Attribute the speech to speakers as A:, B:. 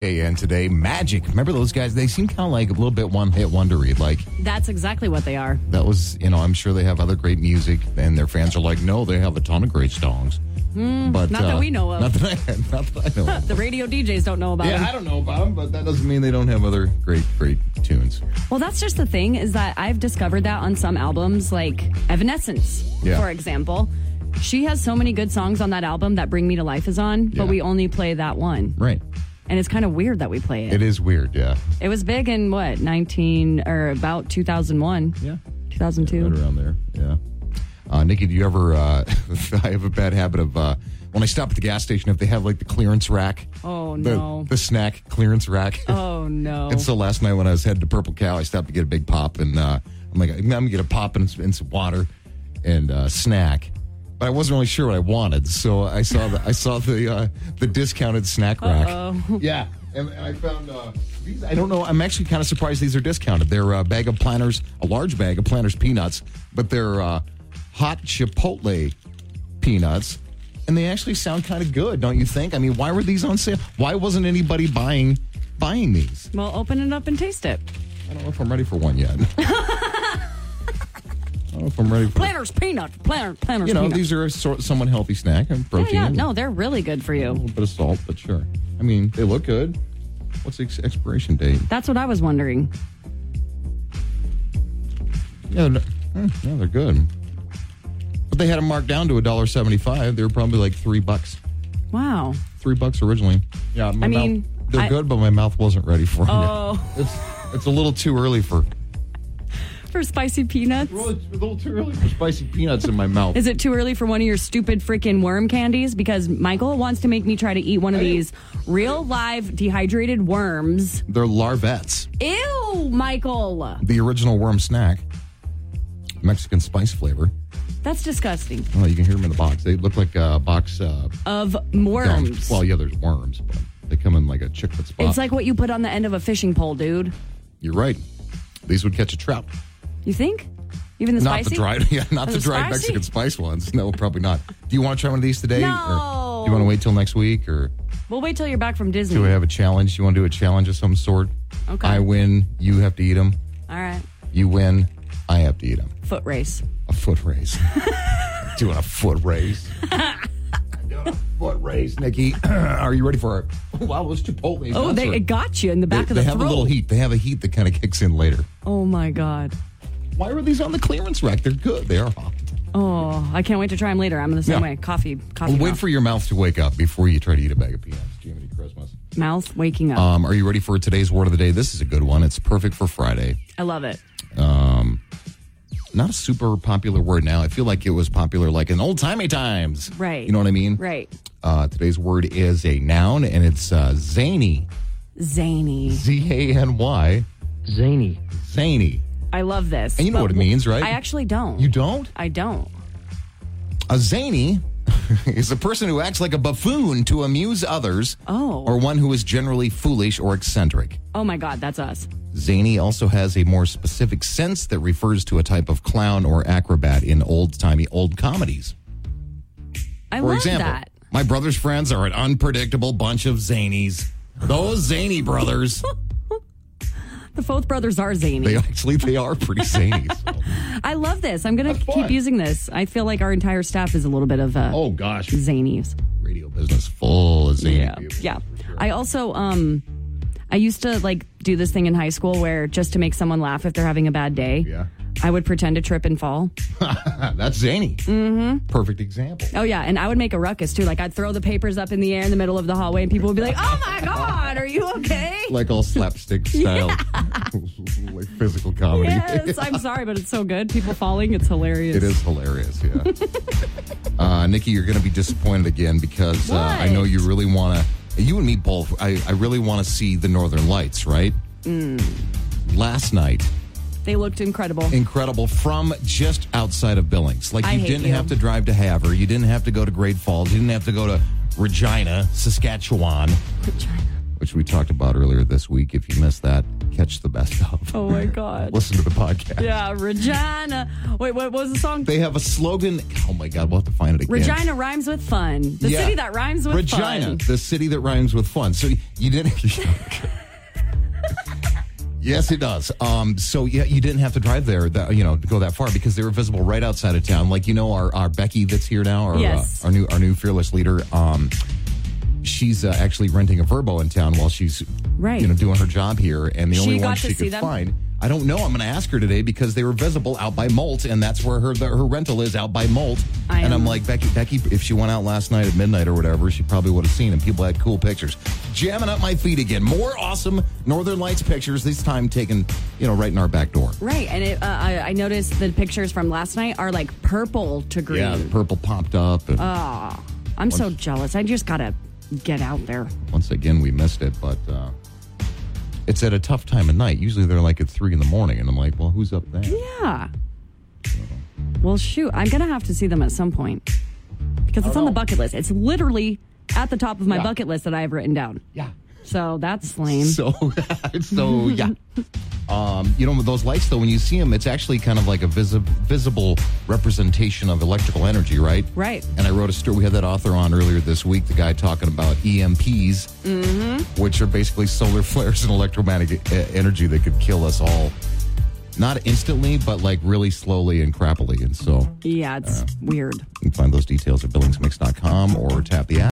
A: And today, Magic. Remember those guys? They seem kind of like a little bit one hit wondery. Like
B: That's exactly what they are.
A: that was, you know, I'm sure they have other great music, and their fans are like, no, they have a ton of great songs. but
B: Hmm,
A: uh,
B: not that we know of.
A: Not that I, not that I know. of.
B: The radio DJs don't know about
A: yeah,
B: them.
A: I don't know about them, but that doesn't mean they don't have other great, great tunes.
B: Well, that's just the thing is that I've discovered that on some albums, like Evanescence,
A: Yeah.
B: for example. She has so many good songs on that album that Bring Me to Life is on,
A: Yeah.
B: but we only play that one.
A: Right.
B: And it's kind of weird that we play it.
A: It is weird. Yeah.
B: It was big in what, 19 or about 2001?
A: Yeah.
B: 2002.
A: Right around there. Yeah. Uh, Nikki, do you ever? Uh, I have a bad habit of uh, when I stop at the gas station, if they have like the clearance rack.
B: Oh,
A: the,
B: no.
A: The snack clearance rack.
B: Oh, no.
A: And so last night when I was headed to Purple Cow, I stopped to get a big pop, and uh, I'm like, I'm gonna get a pop and, and some water and uh, snack. But I wasn't really sure what I wanted, so I saw the I saw the uh, the discounted snack rack. Yeah, and, and I found uh, these. I don't know. I'm actually kind of surprised these are discounted. They're a bag of planters, a large bag of planters peanuts, but they're uh, hot chipotle peanuts. And they actually sound kind of good, don't you think? I mean, why were these on sale? Why wasn't anybody buying buying these?
B: well, open it up and taste it.
A: I don't know if I'm ready for one yet. I don't know if I'm ready for.
B: Planters peanut, planter, planters
A: You know,
B: peanut. Oh,
A: these are a sort, somewhat healthy snack and
B: yeah,
A: protein.
B: yeah,
A: and
B: no, they're really good for
A: A
B: you.
A: little bit of salt, but sure. I mean, they look good. What's the ex- expiration date?
B: That's what I was wondering.
A: Yeah, no, eh, yeah, they're good. But they had them marked down to $1.75. They were probably like three bucks.
B: Wow.
A: Three bucks originally. Yeah, my
B: I mean,
A: mouth, they're
B: I-
A: good, but my mouth wasn't ready for them. yet.
B: Oh,
A: It's, it's a little too early for.
B: for spicy peanuts.
A: A little too early for spicy peanuts in my mouth.
B: Is it too early for one of your stupid freaking worm candies? Because Michael wants to make me try to eat one of these real live dehydrated worms.
A: They're larvettes.
B: Ew, Michael.
A: the original worm snack, Mexican spice flavor.
B: That's disgusting.
A: Oh, you can hear them in the box. They look like a box. Uh,
B: Of
A: down-
B: worms.
A: Well, uh, yeah, there's worms, but they come in like a chiclet spot.
B: It's like what you put on the end of a fishing pole, dude.
A: You're right. These would catch a trout.
B: You think? Even the
A: Not
B: spicy?
A: the dried, yeah, not
B: Are
A: the
B: they
A: dried
B: spicy?
A: Mexican spice ones. No, probably not. Do you want to try one of these today?
B: No.
A: Or do you want to wait till next week, or
B: We'll wait till you're back from Disney.
A: do we have a challenge? You want to do a challenge of some sort?
B: Okay.
A: I win. You have to eat them.
B: All right.
A: You win. I have to eat them.
B: Foot race.
A: a foot race. doing a foot race. doing a foot race, Nikki. Are you ready for it? Oh, wow, it was Chipotle.
B: Oh, they it got you in the
A: they,
B: back of
A: they
B: the
A: have
B: throat.
A: a little heat. They have a heat that kind of kicks in later.
B: Oh my god.
A: Why were these on the clearance rack? They're good. They are hot.
B: Oh, I can't wait to try them later. I'm the same
A: Yeah.
B: way. Coffee, coffee.
A: Well, wait
B: mouth.
A: for your mouth to wake up before you try to eat a bag of peanuts. Do you have any Christmas?
B: mouth waking up.
A: Um, are you ready for today's word of the day? This is a good one. It's perfect for Friday.
B: I love it.
A: Not a super popular word now. I feel like it was popular like in old timey times.
B: Right.
A: You know what I mean?
B: Right.
A: Uh, today's word is a noun, and it's uh, zany.
B: Zany.
A: Z A N Y,
C: Zany.
A: zany.
B: I love this.
A: And you know
B: But
A: what it means, right?
B: I actually don't.
A: You don't?
B: I don't.
A: A zany is a person who acts like a buffoon to amuse others,
B: Oh.
A: or one who is generally foolish or eccentric.
B: Oh my god, that's us.
A: Zany also has a more specific sense that refers to a type of clown or acrobat in old timey old comedies.
B: I
A: For
B: love
A: example,
B: that.
A: my brother's friends are an unpredictable bunch of zanies. Those zany brothers.
B: The Foth brothers are zany.
A: They actually they are pretty zany. so.
B: I love this. I'm gonna
A: That's
B: keep
A: fun.
B: using this. I feel like our entire staff is a little bit of uh,
A: Oh gosh,
B: zanies.
A: radio business full of zany
B: Yeah.
A: people.
B: Yeah. I also um I used to like do this thing in high school where just to make someone laugh if they're having a bad day,
A: Yeah.
B: I would pretend to trip and fall.
A: That's zany. Mm-hmm. Perfect example.
B: Oh yeah, and I would make a ruckus too. Like I'd throw the papers up in the air in the middle of the hallway and people would be like, "Oh my god, are you okay?"
A: Like all slapstick style, like physical comedy.
B: Yes, I'm sorry, but it's so good. People falling, it's hilarious.
A: It is hilarious, yeah. uh, Nikki, you're going to be disappointed again because uh, I know
B: What?
A: you really want to. You and me both. I, I really want to see the Northern Lights, right?
B: Mm.
A: Last night,
B: They looked incredible.
A: incredible from just outside of Billings. Like
B: I
A: you
B: hate
A: didn't
B: you.
A: have to drive to Havre, you didn't have to go to Great Falls, you didn't have to go to Regina, Saskatchewan. which we talked about earlier this week. If you missed that, catch the best of.
B: Oh my God.
A: Listen to the podcast.
B: Yeah, Regina. Wait, what was the song?
A: They have a slogan. Oh my God, we'll have to find it again.
B: Regina rhymes with fun. The
A: Yeah.
B: city that rhymes with
A: Regina,
B: fun.
A: the city that rhymes with fun. So you didn't. yes, it does. Um, so yeah, you didn't have to drive there, that, you know, to go that far because they were visible right outside of town. Like you know, our, our Becky that's here now, our
B: Yes.
A: uh, our new our new fearless leader. Um, she's uh, actually renting a Verbo in town while she's
B: Right.
A: you know doing her job here, and the
B: She
A: only
B: got
A: one
B: to
A: she
B: see
A: could
B: them?
A: find. I don't know. I'm going to ask her today because they were visible out by Molt, and that's where her her rental is out by Molt.
B: I
A: and
B: am-
A: I'm like, Becky, Becky, if she went out last night at midnight or whatever, she probably would have seen him. People had cool pictures. Jamming up my feet again. More awesome Northern Lights pictures. This time taken, you know, right in our back door.
B: Right, and it, uh, I, I noticed the pictures from last night are like purple to green.
A: Yeah, the purple popped up. And
B: Uh. I'm so jealous. I just gotta get out there.
A: once again, we missed it, but uh, it's at a tough time of night. Usually they're like at three in the morning, and I'm like, well, who's up there?
B: Yeah. Well, shoot, I'm gonna have to see them at some point because it's on the bucket list. It's literally at the top of my
A: Yeah.
B: bucket list that I have written down.
A: Yeah.
B: So that's lame.
A: So, so yeah. Um, you know, with those lights, though, when you see them, it's actually kind of like a visi- visible representation of electrical energy, right?
B: Right.
A: And I wrote a story. We had that author on earlier this week, the guy talking about EMPs, which are basically solar flares and electromagnetic e- energy that could kill us all. Not instantly, but like really slowly and crappily. And so you
B: yeah, it's weird.
A: can find those details at billingsmix.com or tap the app.